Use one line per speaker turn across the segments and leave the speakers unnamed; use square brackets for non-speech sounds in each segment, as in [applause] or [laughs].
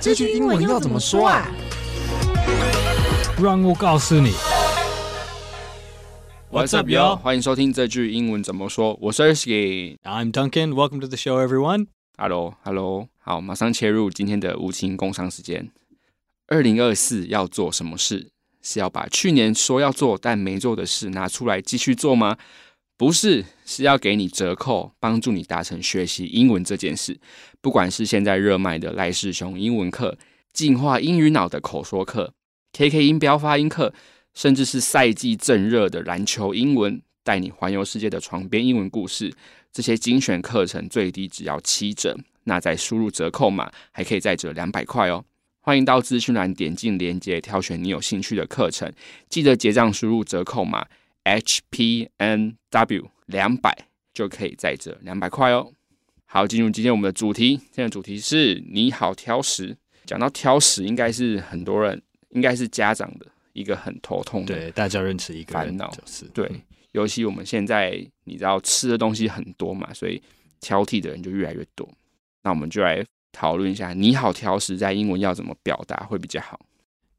这句英文要怎么说啊？
让我告诉你。
What's
哦
up, y'all？欢迎收听这句英文怎么说。我是 Erskine。
I'm Duncan. Welcome to the show, everyone.
Hello，Hello。好，马上切入今天的无情工商时间。二零二四要做什么事？是要把去年说要做但没做的事拿出来继续做吗？不是，是要给你折扣，帮助你达成学习英文这件事。不管是现在热卖的赖世雄英文课、进化英语脑的口说课、KK 音标发音课，甚至是赛季正热的篮球英文，带你环游世界的床边英文故事，这些精选课程最低只要七折，那再输入折扣码，还可以再折两百块哦。欢迎到资讯栏点进链接，挑选你有兴趣的课程。记得结账输入折扣码 HPNW 两百，就可以再折两百块哦。好，进入今天我们的主题。今天的主题是你好挑食。讲到挑食，应该是很多人，应该是家长的一个很头痛的
对，大家认识一个人
烦恼
就是
对，尤其我们现在你知道吃的东西很多嘛，所以挑剔的人就越来越多。那我们就来讨论一下，你好挑食在英文要怎么表达会比较好？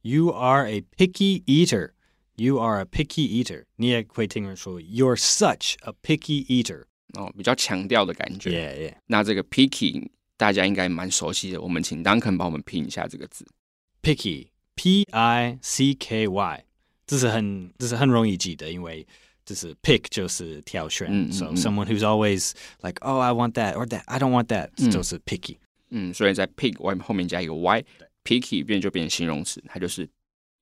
You are a picky eater. You are a picky eater. 你也会听人说 You're such a picky eater.
哦，比较强调的感觉。
Yeah, yeah.
那这个 picky 大家应该蛮熟悉的，我们请 Duncan 帮我们拼一下这个字。
Picky. P I C K Y. 这是很这是很容易记的，因为这是 pick 就是挑选。
嗯嗯
so
嗯
someone who's always like, oh, I want that or that, I don't want that，、
嗯
就是 picky。
嗯，所以在 pig 外后面加一个 y，picky 变就变成形容词，它就是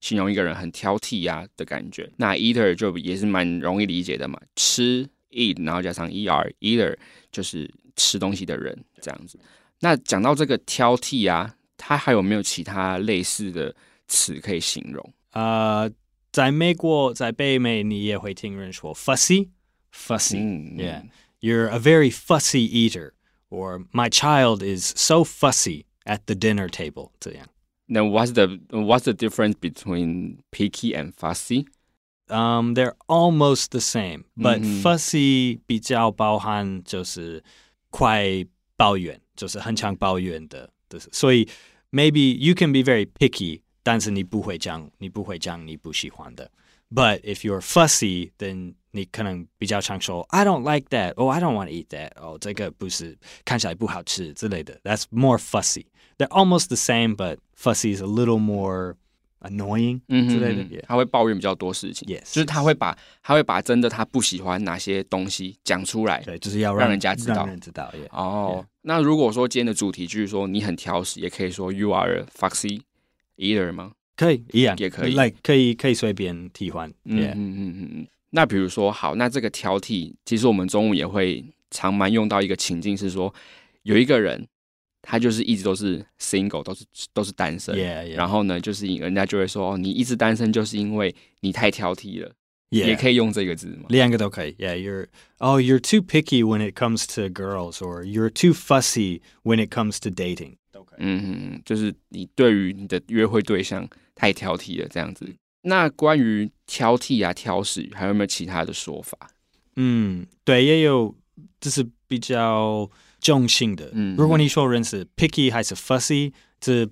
形容一个人很挑剔呀、的感觉。那 eater 就也是蛮容易理解的嘛，吃 eat，然后加上 er，eater 就是吃东西的人这样子。那讲到这个挑剔啊，它还有没有其他类似的词可以形容？
呃，在美国，在北美，你也会听人说 fussy, fussy。
嗯
Yeah. You're a very fussy eater, or my child is so fussy at the dinner table. 这样。
那 what's the what's the difference between picky and fussy？
Um, they're almost the same, but
嗯哼
fussy 比较包含就是快抱怨，就是很常抱怨的，就是所以 maybe you can be very picky，但是你不会讲，你不会讲你不喜欢的。But if you're fussy, then 你可能比较常说 I don't like that, oh I don't want to eat that, 哦、这个不是看起来不好吃之类的。That's more fussy. They're almost the same, but fussy is a little more annoying
嗯
之类的。
嗯
Yeah.
他会抱怨比较多事情
Yes，
就是他
yes
会把他会把真的他不喜欢哪些东西讲出来。
对，就是要
让人家知道
让人知道耶。
哦那如果说今天的主题就是说你很挑食，也可以说 you are a foxy eater 吗？
可以，一样
也可以
，like 可以可以随便替换。
嗯
Yeah，
嗯嗯嗯嗯。那比如说，好，那这个挑剔，其实我们中午也会常蛮用到一个情境，是说有一个人他就是一直都是 single，都是都是单身。
yeah，
然
后
后呢，就是人家就会说，哦，你一直单身就是因为你太挑剔了也可以用这个字吗？
两个都可以。Yeah，you're oh you're too picky when it comes to girls or you're too fussy when it comes to dating。都可以。
嗯，嗯，就是你对于你的约会对象太挑剔了，这样子。那关于挑剔啊、挑食，还有没有其他的说法？
嗯，对，也有就是比较中性的。
嗯
如果你说人是 picky 还是 fussy，这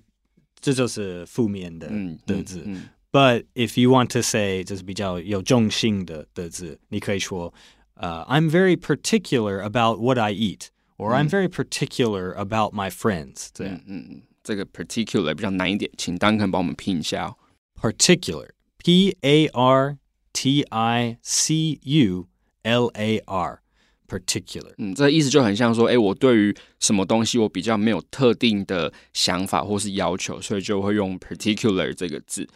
这就是负面的
嗯，
的字。
嗯
But if you want to say 就是比较有中性的的字，你可以说呃、uh, I'm very particular about what I eat, or I'm
嗯。
very particular about my friends.
Mm. 嗯嗯嗯嗯，这个 particular 比较难一点，请 Duncan 帮我们拼一下哦。
Particular, P A R T I C U L A R, particular.
嗯，这意思就很像说，哎，我对于什么东西我比较没有特定的想法或是要求，所以就会用 particular 这个字。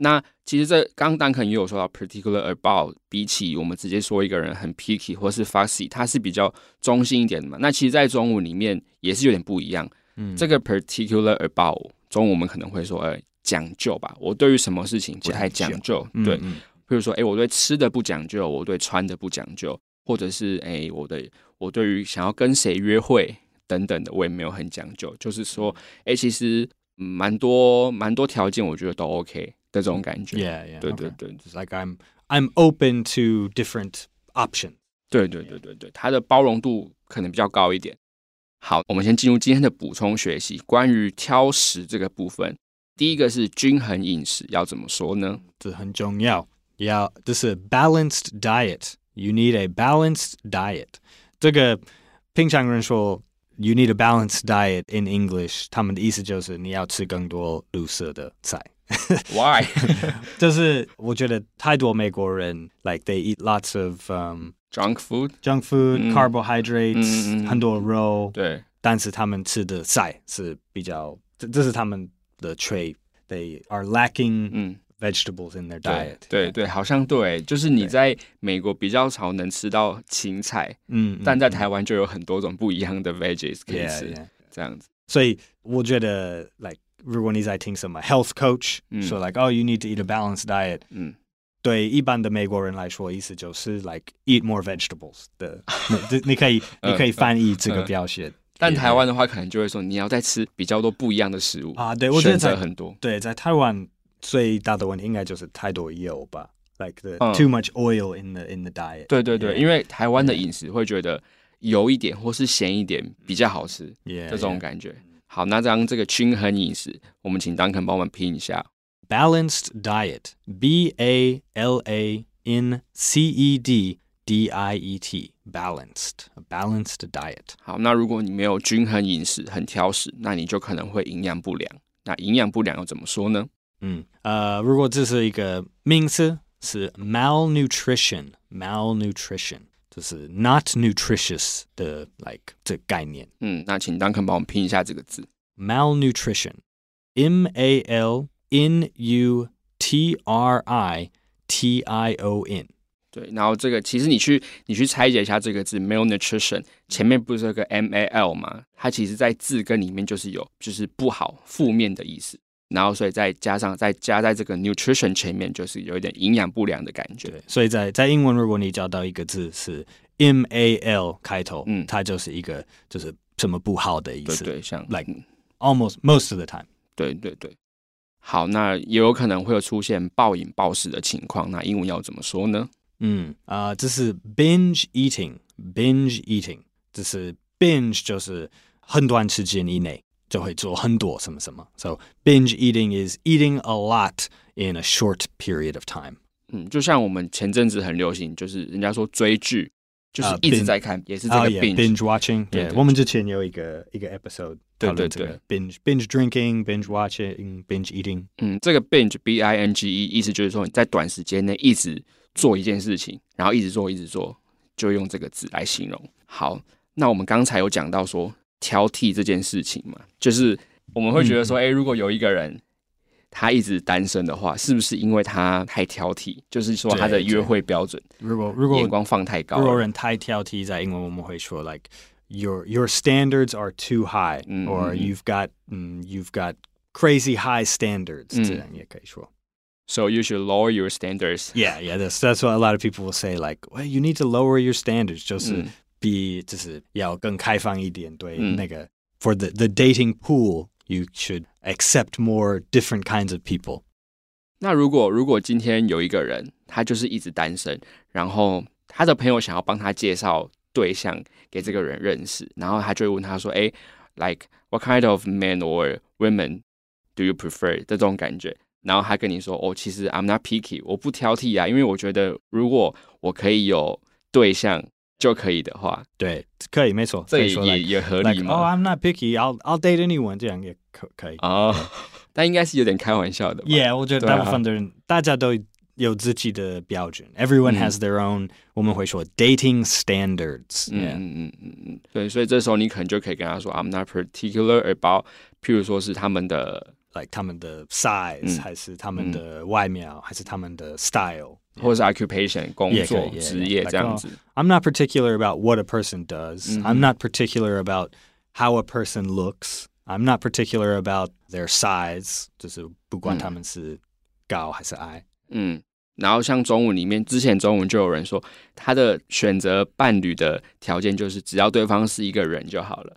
那其实这刚刚 Duncan 也有说到 particular about，比起我们直接说一个人很 picky 或是 fussy，它是比较中性一点的嘛。那其实，在中文里面也是有点不一样。这个 particular about，中文我们可能会说，哎，讲究吧，我对于什么事情不太讲
讲
究，嗯对。比如说，哎，我对吃的不讲究，我对穿的不讲究，或者是哎，我的我对于想要跟谁约会等等的，我也没有很讲究。就是说，哎，其实嗯蛮多蛮多条件，我觉得都 OK 的这种感觉。
Yeah, 嗯 yeah.
对
okay.
对对
It's like I'm I'm open to different options.
对对对对对，它的包容度可能比较高一点。好，我们先进入今天的补充学习，关于挑食这个部分。第一个是均衡饮食，要怎么说呢？
这很重要。要这是 balanced diet。You need a balanced diet。这个平常人说 you need a balanced diet in English，他们的意思就是你要吃更多绿色的菜。
Why？
[laughs] 就是我觉得太多美国人 like they eat lots of um,
Junk food？
junk food,
嗯
carbohydrates，、
嗯嗯嗯
很多肉，
对，
但是他们吃的菜是比较，这这是他们的 trait。They are lacking
嗯，
vegetables in their
对
diet.
对对，好像对，就是你
对
在美国比较少能吃到芹菜，
嗯，嗯
但
嗯
在台湾就有很多种不一样的 veggies 可以
Yeah,
吃
yeah.
这样子。
所以我觉得，like 如果你在听什么 health coach
嗯
说、like oh you need to eat a balanced diet，
嗯，
对一般的美国人来说，意思就是 like eat more vegetables
[laughs]
的，你你可以
嗯
你可以翻译这个
嗯
标签。
但台湾的话，可能就会说你要再吃比较多不一样的食物
啊对我觉得
选择
在
很多。
对，在台湾最大的问题应该就是太多油吧，like the、
嗯
too much oil in the in the diet。
对对
Yeah.
对，因为台湾的饮食会觉得油一点或是咸一点比较好吃，
Yeah,
这种
yeah.
感觉。好，那这样这个均衡饮食，我们请 Duncan 帮我们拼一下。
balanced diet B A L A N C E D D I E T balanced a balanced diet。
好，那如果你没有均衡饮食，很挑食，那你就可能会营养不良。那营养不良要怎么说呢？
嗯，呃，如果这是一个名词，是 malnutrition，malnutrition，就是 not nutritious 的 like 这个概念
嗯，那请 Duncan 帮我们拼一下这个字。
，malnutrition，m a l n u t r i t i o n，
对，然后这个其实你去你去拆解一下这个字 malnutrition，前面不是有个 m a l 吗？它其实在字根里面就是有就是不好、负面的意思，然后所以再加上再加在这个 nutrition 前面，就是有一点营养不良的感觉。
对，所以在在英文，如果你找到一个字是 m a l 开头，
嗯
它就是一个就是什么不好的意
对
思
对，像
Like-
嗯
a l m o s t most of the time。
对对对。好，那也有可能会有出现暴饮暴食的情况，那英文要怎么说呢？
嗯啊、呃这是 binge eating，binge eating，这是 binge 就是很短时间以内就会做很多什么什么。So binge eating is eating a lot in a short period of time。
嗯，就像我们前阵子很流行，就是人家说追剧，就是
啊
一直
，binge
在看，也是这
哦
个
，yeah，
病。
binge watching，
对对
yeah，我们之前有一个一个 episode
对
讨论
对
这个 binge binge drinking binge watching binge eating。
嗯，这个 binge b i n g e 意思就是说你在短时间内一直做一件事情，然后一直做一直做，就用这个字来形容。好，那我们刚才有讲到说挑剔这件事情嘛，就是我们会
嗯
觉得说，哎、如果有一个人他一直单身的话，是不是因为他太挑剔？就是说他的
对对
约会标准
如果如
眼
果
光放太高
如果
了。
人太挑剔，在英文我们会说 like your your standards are too high，、
嗯
or
嗯嗯
you've got 嗯 you've got crazy high standards，、
嗯
这样也可以说。
So you should lower your standards。
Yeah, yeah, that's that's what a lot of people will say. Like, well, you need to lower your standards，就是
嗯
比、就是要更开放一点对
嗯
那个、for the the dating pool。You should accept more different kinds of people.
那如果如果今天有一个人，他就是一直单身，然后他的朋友想要帮他介绍对象给这个人认识，然后他就会问他说：“哎，like what kind of men or women do you prefer？” 这种感觉。然后他跟你说：“哦，其实 I'm not picky，我不挑剔啊，因为我觉得如果我可以有对象就可以的话，
对，可以，没错。
这
可
也
以说
也
like,
也合
like,
理
oh,
吗？
I'm not picky. I'll I'll date anyone. 这样也可可以。
哦， [laughs] 但应该是有点开玩笑的吧。
Yeah，我觉得大部
对啊
分的人、大家都有自己的标准，everyone
嗯
has their own，、我们会说 dating standards、
嗯
yeah。
嗯嗯嗯嗯，对，所以这时候你可能就可以跟他说，I'm not particular about，譬如说是他们的，
Like 他们的 size，、
嗯
还是他们的外表，还是他们的 style。
或是 occupation 工
也可
作、
以
职
也
业
也
这样子。
I'm not particular about what a person does.
嗯哼
I'm not particular about how a person looks. I'm not particular about their size，就是不管
嗯 [laughs]
他们是高还是矮。 [laughs]
嗯，然后像中文里面，之前中文就有人说，他的选择伴侣的条件就是只要对方是一个人就好了。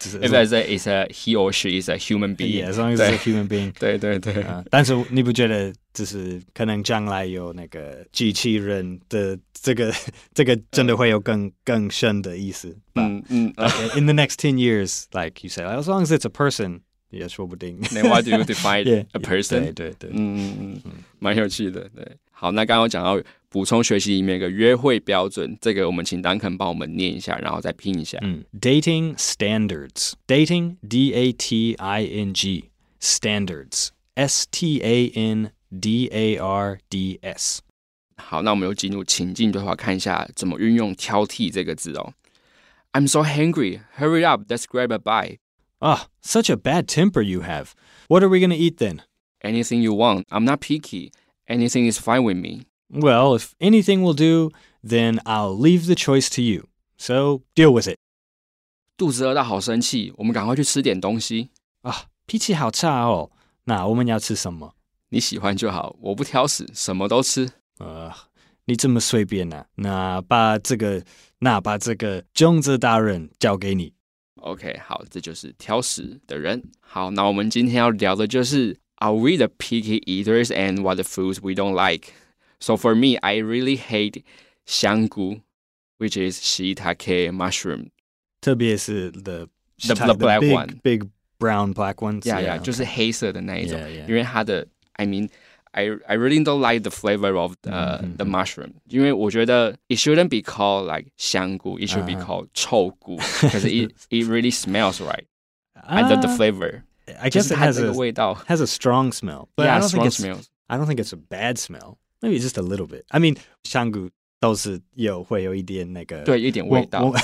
只是
If I say is a he or she is
[laughs]
a human being，、
Yeah，as long as
[laughs] 对
it's a human being
对对
[laughs]
对，
啊、但是你不觉得就是可能将来有那个机器人的这个 [laughs] 这个真的会有更更深的意思吧？
嗯嗯。 [laughs] 呃
Like, in the next 10 years, like you said, as long as it's a person, yeah, 说不定。
Then why do you
[laughs]
define
Yeah,
a person？
对对对，
嗯嗯嗯，蛮有趣的。对，好，那刚刚有讲到补充学习里面有个约会标准，这个我们请丹肯帮我们念一下，然后再拼一下。
嗯，dating standards, dating d a t i n g standards, s t a n d a r d s。
好，那我们又进入情境对话，看一下怎么运用“挑剔”这个字哦。I'm so hungry. Hurry up. Let's grab a bite.
Ah, such a bad temper you have. What are we gonna eat then?
Anything you want. I'm not picky. Anything is fine with me.
Well, if anything will do, then I'll leave the choice to you. So deal with it.
肚子饿到好生气，我们赶快去吃点东西。
啊，Ah, 脾气好差哦。那我们要吃什么？
你喜欢就好，我不挑食，什么都吃。
呃，你这么随便呐、那把这个，那把这个种子大人交给你。
OK，好，这就是挑食的人。好，那我们今天要聊的就是 Are we the picky eaters and what the foods we don't like? So for me, I really hate 香菇，which is shiitake mushroom.
特别是 the
The- the black
big,
one.
big brown black ones.
Yeah, yeah，
okay.
就是黑色的那一种
Yeah, yeah.
因为它的，I mean。I I really don't like the flavor of the、
嗯嗯
the mushroom，因为我觉得 it shouldn't be called like 香菇，it should be
啊啊
called 臭菇，可是
[laughs]
it it really smells right. I love the
Ah,
flavor，
I
就
guess
是
it
它
has
这个
a
味道。
has a strong smell, but I
Yeah,
don't think
strong
it's
smells.
I don't think it's a bad smell. Maybe just a little bit. I mean，香菇都是有会有一点那个
对，一点味
我 [laughs]
道
我。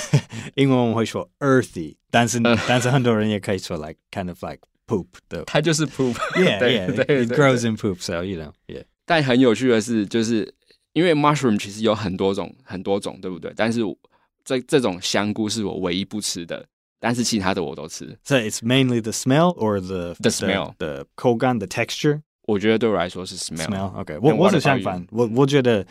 英文我们会说 earthy，但是、
嗯
但是很多人也可以说 like kind of like poop 的。
它就是 poop。
Yeah,
[laughs] 对
yeah,
对对
it
对
grows in poop, so you know, yeah.
但很有趣的是，就是因为 mushroom 其实有很多种，很多种，对不对？但是我这这种香菇是我唯一不吃的，但是其他的我都吃。
So it's mainly the smell or the
The smell.
the 口感 the texture
我觉得对我来说是 smell。
smell. Okay，我
what
我是
about
相反，我我觉得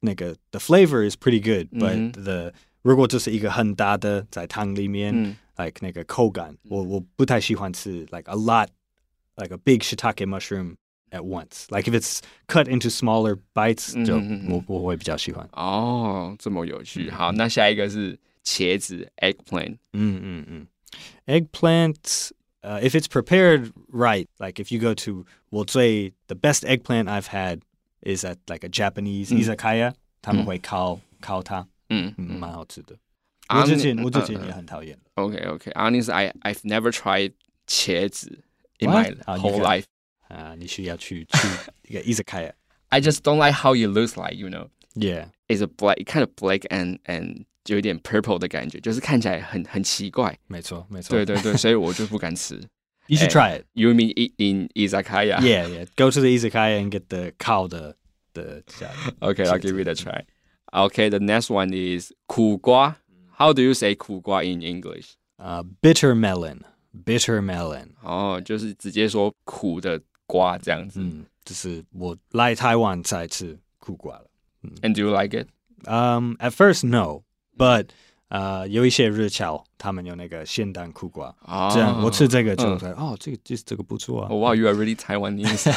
那个 the flavor is pretty good, but、
嗯
the 如果就是一个很大的在汤里面、
嗯
like 那个口感，我我不太喜欢吃 like a lot like a big shiitake mushroom at once. Like if it's cut into smaller bites，、
嗯
就
嗯嗯
我我会比较喜欢。
哦，这么有
嗯
趣。好，那下一个是茄子 eggplant。
Mm, mm, mm. Eggplant, uh, if it's prepared right, like if you go to, we'll say the best eggplant I've had is at like a Japanese
Mm.
izakaya.
嗯。
他们会烤
嗯嗯 Hon- 嗯嗯
烤它，蛮好吃的。我之前我之前也很讨厌。
嗯 OK OK。Honestly, I I've never tried 茄子 in
What?
my
啊你
whole
看
life. [laughs]
啊，你需要去去一个 izakaya。
I just don't like how it looks like. You know.
Yeah,
is a black kind of black and and 有一点 purple 的感觉，就是看起来很很奇怪。
没错没错。
对对对， [laughs] 所以我就不敢吃。
you should try it.
You mean eat in izakaya?
Yeah, yeah. Go to the izakaya and get the 烤的的。
Okay, I'll give it a try. Okay, the next one is 苦瓜。How do you say 苦瓜 in English?
呃、bitter uh, melon, bitter melon.
哦，就是直接说苦的瓜这样子。
嗯，就是我来台湾才吃苦瓜了。
And do you like it?
Hmm. Um, at first no, but 呃，有一些日侨他们有那个鲜蛋苦瓜，
哦
这样我吃这个就会哦，这个这这个不错啊。
Oh, wow, you are really
[laughs]
Taiwanese.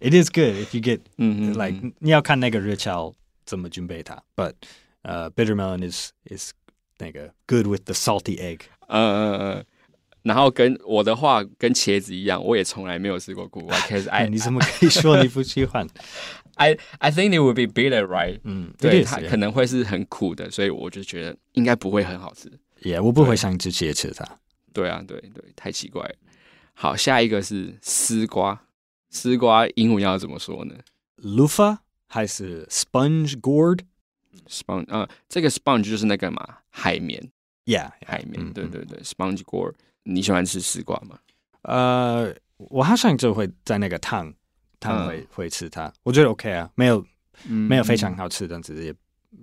It is good if you get
嗯
like 你要看那个日侨怎么准备它，but 呃，bitter melon is is 那个 good with the salty egg。
呃，然后跟我的话跟茄子一样，我也从来没有吃过苦
[laughs]
瓜。Cause
哎，
I
你怎么可以说你不喜欢？
I I think it would be bitter, right?
嗯，
对，
it is,
它
yeah.
可能会是很苦的，所以我就觉得应该不会很好吃。
Yeah，我不会想直接吃它。
对啊，对对，太奇怪了。好，下一个是丝瓜，丝瓜英文要怎么说呢
Lufa 还是 sponge gourd？
？sponge，呃，这个 sponge 就是那个嘛，海绵，
Yeah，
海绵，
嗯
对
嗯
对对，sponge gourd。你喜欢吃丝瓜吗？
呃，我好像就会在那个汤汤会、会吃它，我觉得 OK 啊，没有
嗯
没有非常好吃，但是也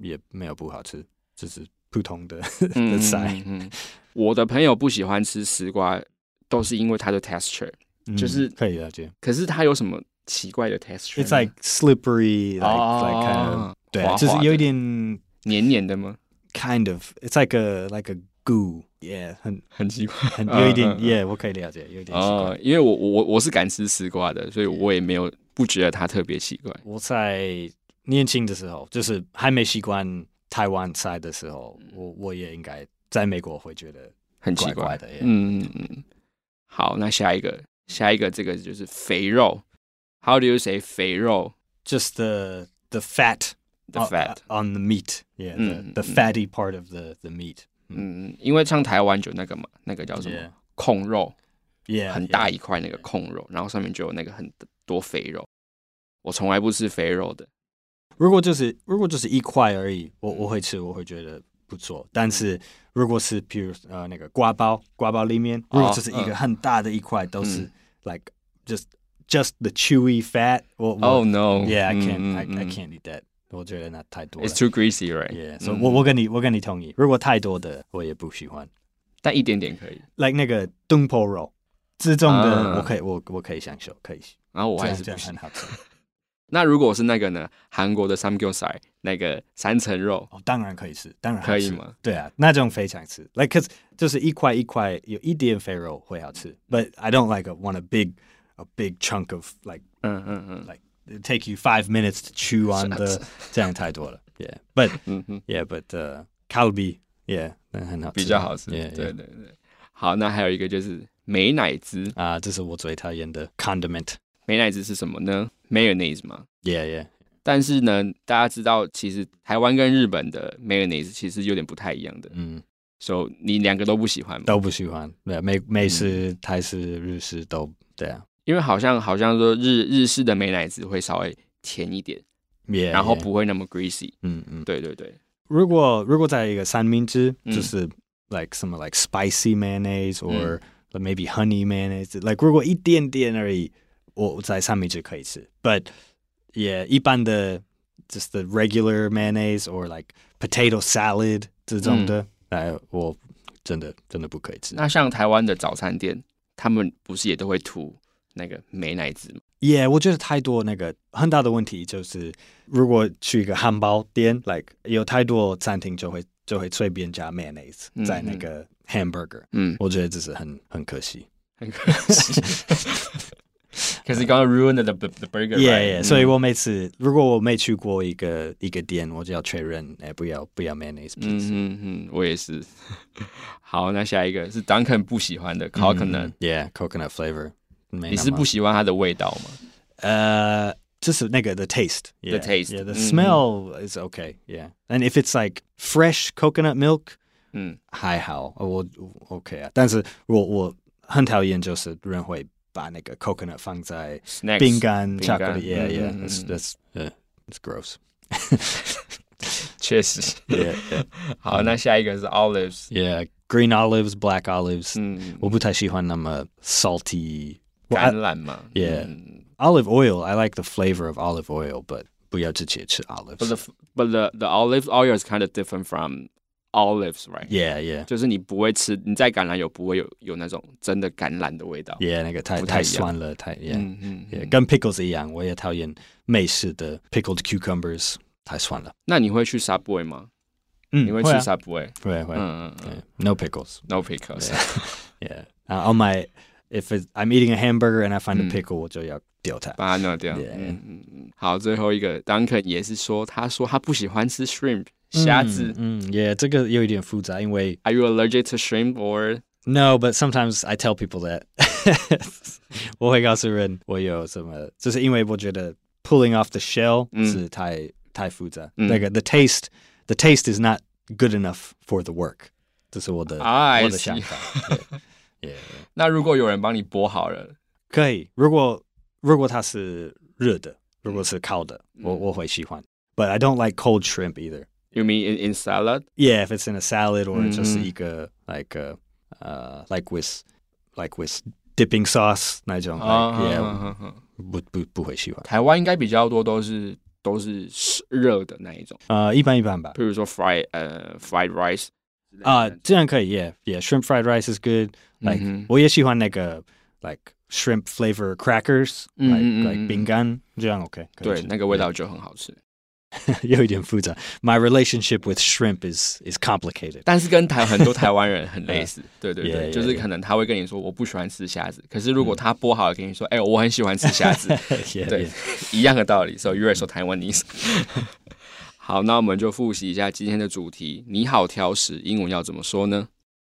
也没有不好吃，就是普通的
嗯
的菜，
嗯嗯嗯我的朋友
[laughs]
不喜欢吃丝瓜，都是因为它的 texture，就是
嗯可以了解。
可是它有什么奇怪的 texture 吗。
It's like slippery, like like kind of
哦
对，啊
滑滑的
就是有一点
黏黏的吗？
kind of. It's like a like a goo. Yeah，很
很奇怪， [laughs]
很有一点
嗯嗯嗯
yeah，我可以了解，有一点奇怪。
哦，因为我我我是敢吃丝瓜的，所以我也没有不觉得它特别奇怪。
我在年轻的时候，就是还没习惯台湾菜的时候，我我也应该在美国会觉得
很奇
怪
怪
怪的耶。
嗯嗯嗯嗯。好，那下一个，下一个这个就是肥肉。How do you say 肥肉
just the the fat
the
on- uh,
fat？Mm-hmm,
on the meat. Yeah, the,
嗯，
the
嗯，嗯。
fatty part of the the meat.
嗯，因为像台湾就那个嘛，那个叫什么
Yeah.
控肉，
Yeah,
很
yeah.
大一块那个控肉，然后上面就有那个很多肥肉。我从来不吃肥肉的。
如果就是如果就是一块而已，我我会吃，我会觉得不错。但是如果是比如呃那个瓜包，瓜包里面如果就是一个
嗯
很大的一块，都是
嗯
like just just the chewy fat 我。我
Oh no!
yeah, I
嗯
can't
嗯
I I
嗯
can't eat that. 我觉得那太多了。
It's too greasy, right?
yeah，所、so
嗯
我我跟你我跟你同意，如果太多的我也不喜欢。
但一点点可以。
like 那个东坡肉，自重的
啊
我可以，我我可以享受，可以，
然后我
这
还
样
是
这
不
样很
行。
好吃。
那如果是那个呢？韩国的 samgyeopsal 那个三层肉，
哦，当然可以吃，当然
可以
好吃
吗？
对啊，那种非常吃，like 可是就是一块一块有一点肥肉会好吃，but I don't like a, want a big a big chunk of like
嗯嗯嗯
like it take you five minutes to chew on the 这样太多了，yeah，but
嗯嗯。
yeah，but 呃、kalbi，yeah，那很好吃，
比较好吃。
Yeah,
啊对
yeah
对对。好，那还有一个就是美乃滋，
啊，这是我最讨厌的 condiment，yeah
美乃滋是什么呢？mayonnaise 嘛。
yeah，
但是呢，大家知道，其实台湾跟日本的 mayonnaise 其实有点不太一样的，
嗯。
所、以你两个都不喜欢嘛？
都不喜欢，对，美美式、泰式、日式都对啊
因为好像好像说日日式的美乃滋会稍微甜一点，
，yeah, Mm,
然后
yeah，
不会那么 greasy。
嗯嗯。
对对对，
如果如果在一个三明治，
嗯
就是 like 什么 like spicy mayonnaise or
嗯
maybe honey mayonnaise，like 如果一点点而已，我在三明治可以吃，but yeah，一般的 just the regular mayonnaise or like potato salad 这种的，哎、我真的真的不可以吃。
那像台湾的早餐店，他们不是也都会涂那个美乃滋吗？
也、我觉得太多那个很大的问题就是，如果去一个汉堡店，like 有太多餐厅就会就会随便加 mayonnaise
嗯
在那个 hamburger，、
嗯，
我觉得这是很很可惜。
[laughs] 很可惜。可是刚刚 ruined the the, the burger，
耶、yeah,
right？Mm.
所以
嗯
我每次如果我没去过一个一个店，我就要确认，哎，不要不要 mayonnaise，please。
嗯嗯嗯，Mm-hmm, 我也是。 [laughs] 好，那下一个是 Duncan 不喜欢的 coconut，、
，yeah，coconut flavor，没
你
那
是
么
不喜欢它的味道吗？
呃，就是那个 the taste, yeah,
taste，
yeah, the
嗯
smell is okay, yeah, and if it's like fresh coconut milk.
嗯，
还好，呃我我 OK 啊。但是我我很讨厌，就是人会把那个 coconut 放在
Snacks
饼干、
饼
巧
干
克力，Yeah
嗯
Yeah，
嗯
that's
嗯
that's 呃 it's gross。
确实。
Yeah yeah
[laughs] 好，那下一个是 olives，
yeah green olives, black olives，
嗯，
我不太喜欢那么 salty。我
橄榄嘛
Yeah
嗯
olive oil, I like the flavor of olive oil, but 不要直接吃
But
olives。
the but the the olive oil is kind of different from olives, right?
Yeah yeah
就是你不会吃，你在橄榄油不会有有那种真的橄榄的味道。
yeah，那个太
不太
太
一样
酸了，太 Yeah
嗯嗯
yeah，
嗯
跟 pickles 一样，我也讨厌美式的 uh, pickled cucumbers，太酸了。
那你会去 Subway 吗？
嗯
你会去
会啊
Subway？
会会。
嗯嗯嗯
Yeah, no pickles.
，No pickles。 [laughs]
Yeah. Uh, on my, if it's, I'm eating a hamburger and I find
Mm.
a pickle, 我就要丢它。
把它弄掉。
Yeah.
嗯嗯嗯。好，最后一个 Duncan 也是说，他说他不喜欢吃 shrimp 虾子。
Mm, 嗯嗯，yeah，这个有一点复杂，因为
Are you allergic to shrimp or？
no, but sometimes I tell people that [laughs] 我会告诉人我有什么，就是因为我觉得 pulling off the shell
嗯。
是太-太复杂。
嗯。
那个 uh, the taste the taste is not good enough for the work. 这是我的
I
我的想法。对 Yeah, yeah.
那如果有人帮你剥好了，
可以，如果如果它是热的，如果是烤的，我我会喜欢。But I don't like cold shrimp either.
You mean in in salad？
Yeah, if it's in a salad or
嗯
就是一个 like a, uh like with like with dipping sauce 那
Uh，
种。like, Oh, yeah，
啊，
不不不会喜欢。
台湾应该比较多都是都是热的那一种，
呃，一般一般吧。
譬如说 fry 呃 fried rice 之类的 Mm-hmm.
啊，这样可以。Yeah, yeah. Shrimp fried rice is good. Like
嗯哼
我也喜欢那个 like shrimp flavor crackers，
嗯
like-
嗯嗯
like
嗯
饼干这样 OK，可以
Mm-hmm, 对
吃，
那个味道就很好吃。
[laughs] 有一点复杂。My relationship with shrimp is is complicated。
但是跟台很多台湾人很
[laughs]
类似，对对
Yeah,
对，
yeah,
就是
yeah.
可能他会跟你说我不喜欢吃虾子，可是如果他剥好了跟你说，哎，我很喜欢吃虾
嗯
子，
[laughs] Yeah,
对
yeah.，
[laughs] 一样的道理。So you are so Taiwanese 。 [laughs] 好，那我们就复习一下今天的主题。你好，挑食，英文要怎么说呢？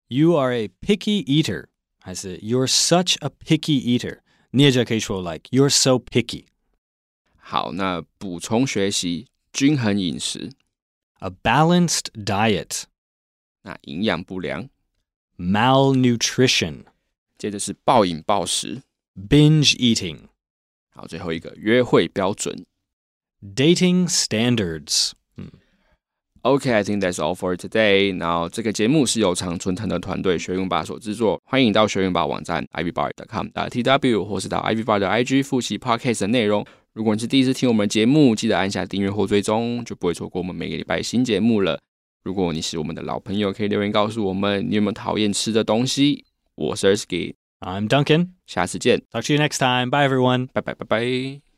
You are a picky eater，还是 You're such a picky eater？你也就可以说 like You're so picky。
好，那补充学习均衡饮食，
A balanced diet,
那营养不良，
malnutrition,
接着是暴饮暴食，
binge eating,
好，最后一个约会标准。
dating standards. Hmm.
OK，I、think that's all for today。然后这个节目是由常春藤的团队学用吧所制作，欢迎到学用吧网站 ivbar.com t w 或是到 ivbar 的 IG 复习 podcast 的内容。如果你是第一次听我们的节目，记得按下订阅或追踪，就不会错过我们每个礼拜新节目了。如果你是我们的老朋友，可以留言告诉我们你有没有讨厌吃的东西。我是 Ersky，
I'm Duncan.
下次见，
Talk to you next time. Bye, everyone.
拜拜拜拜。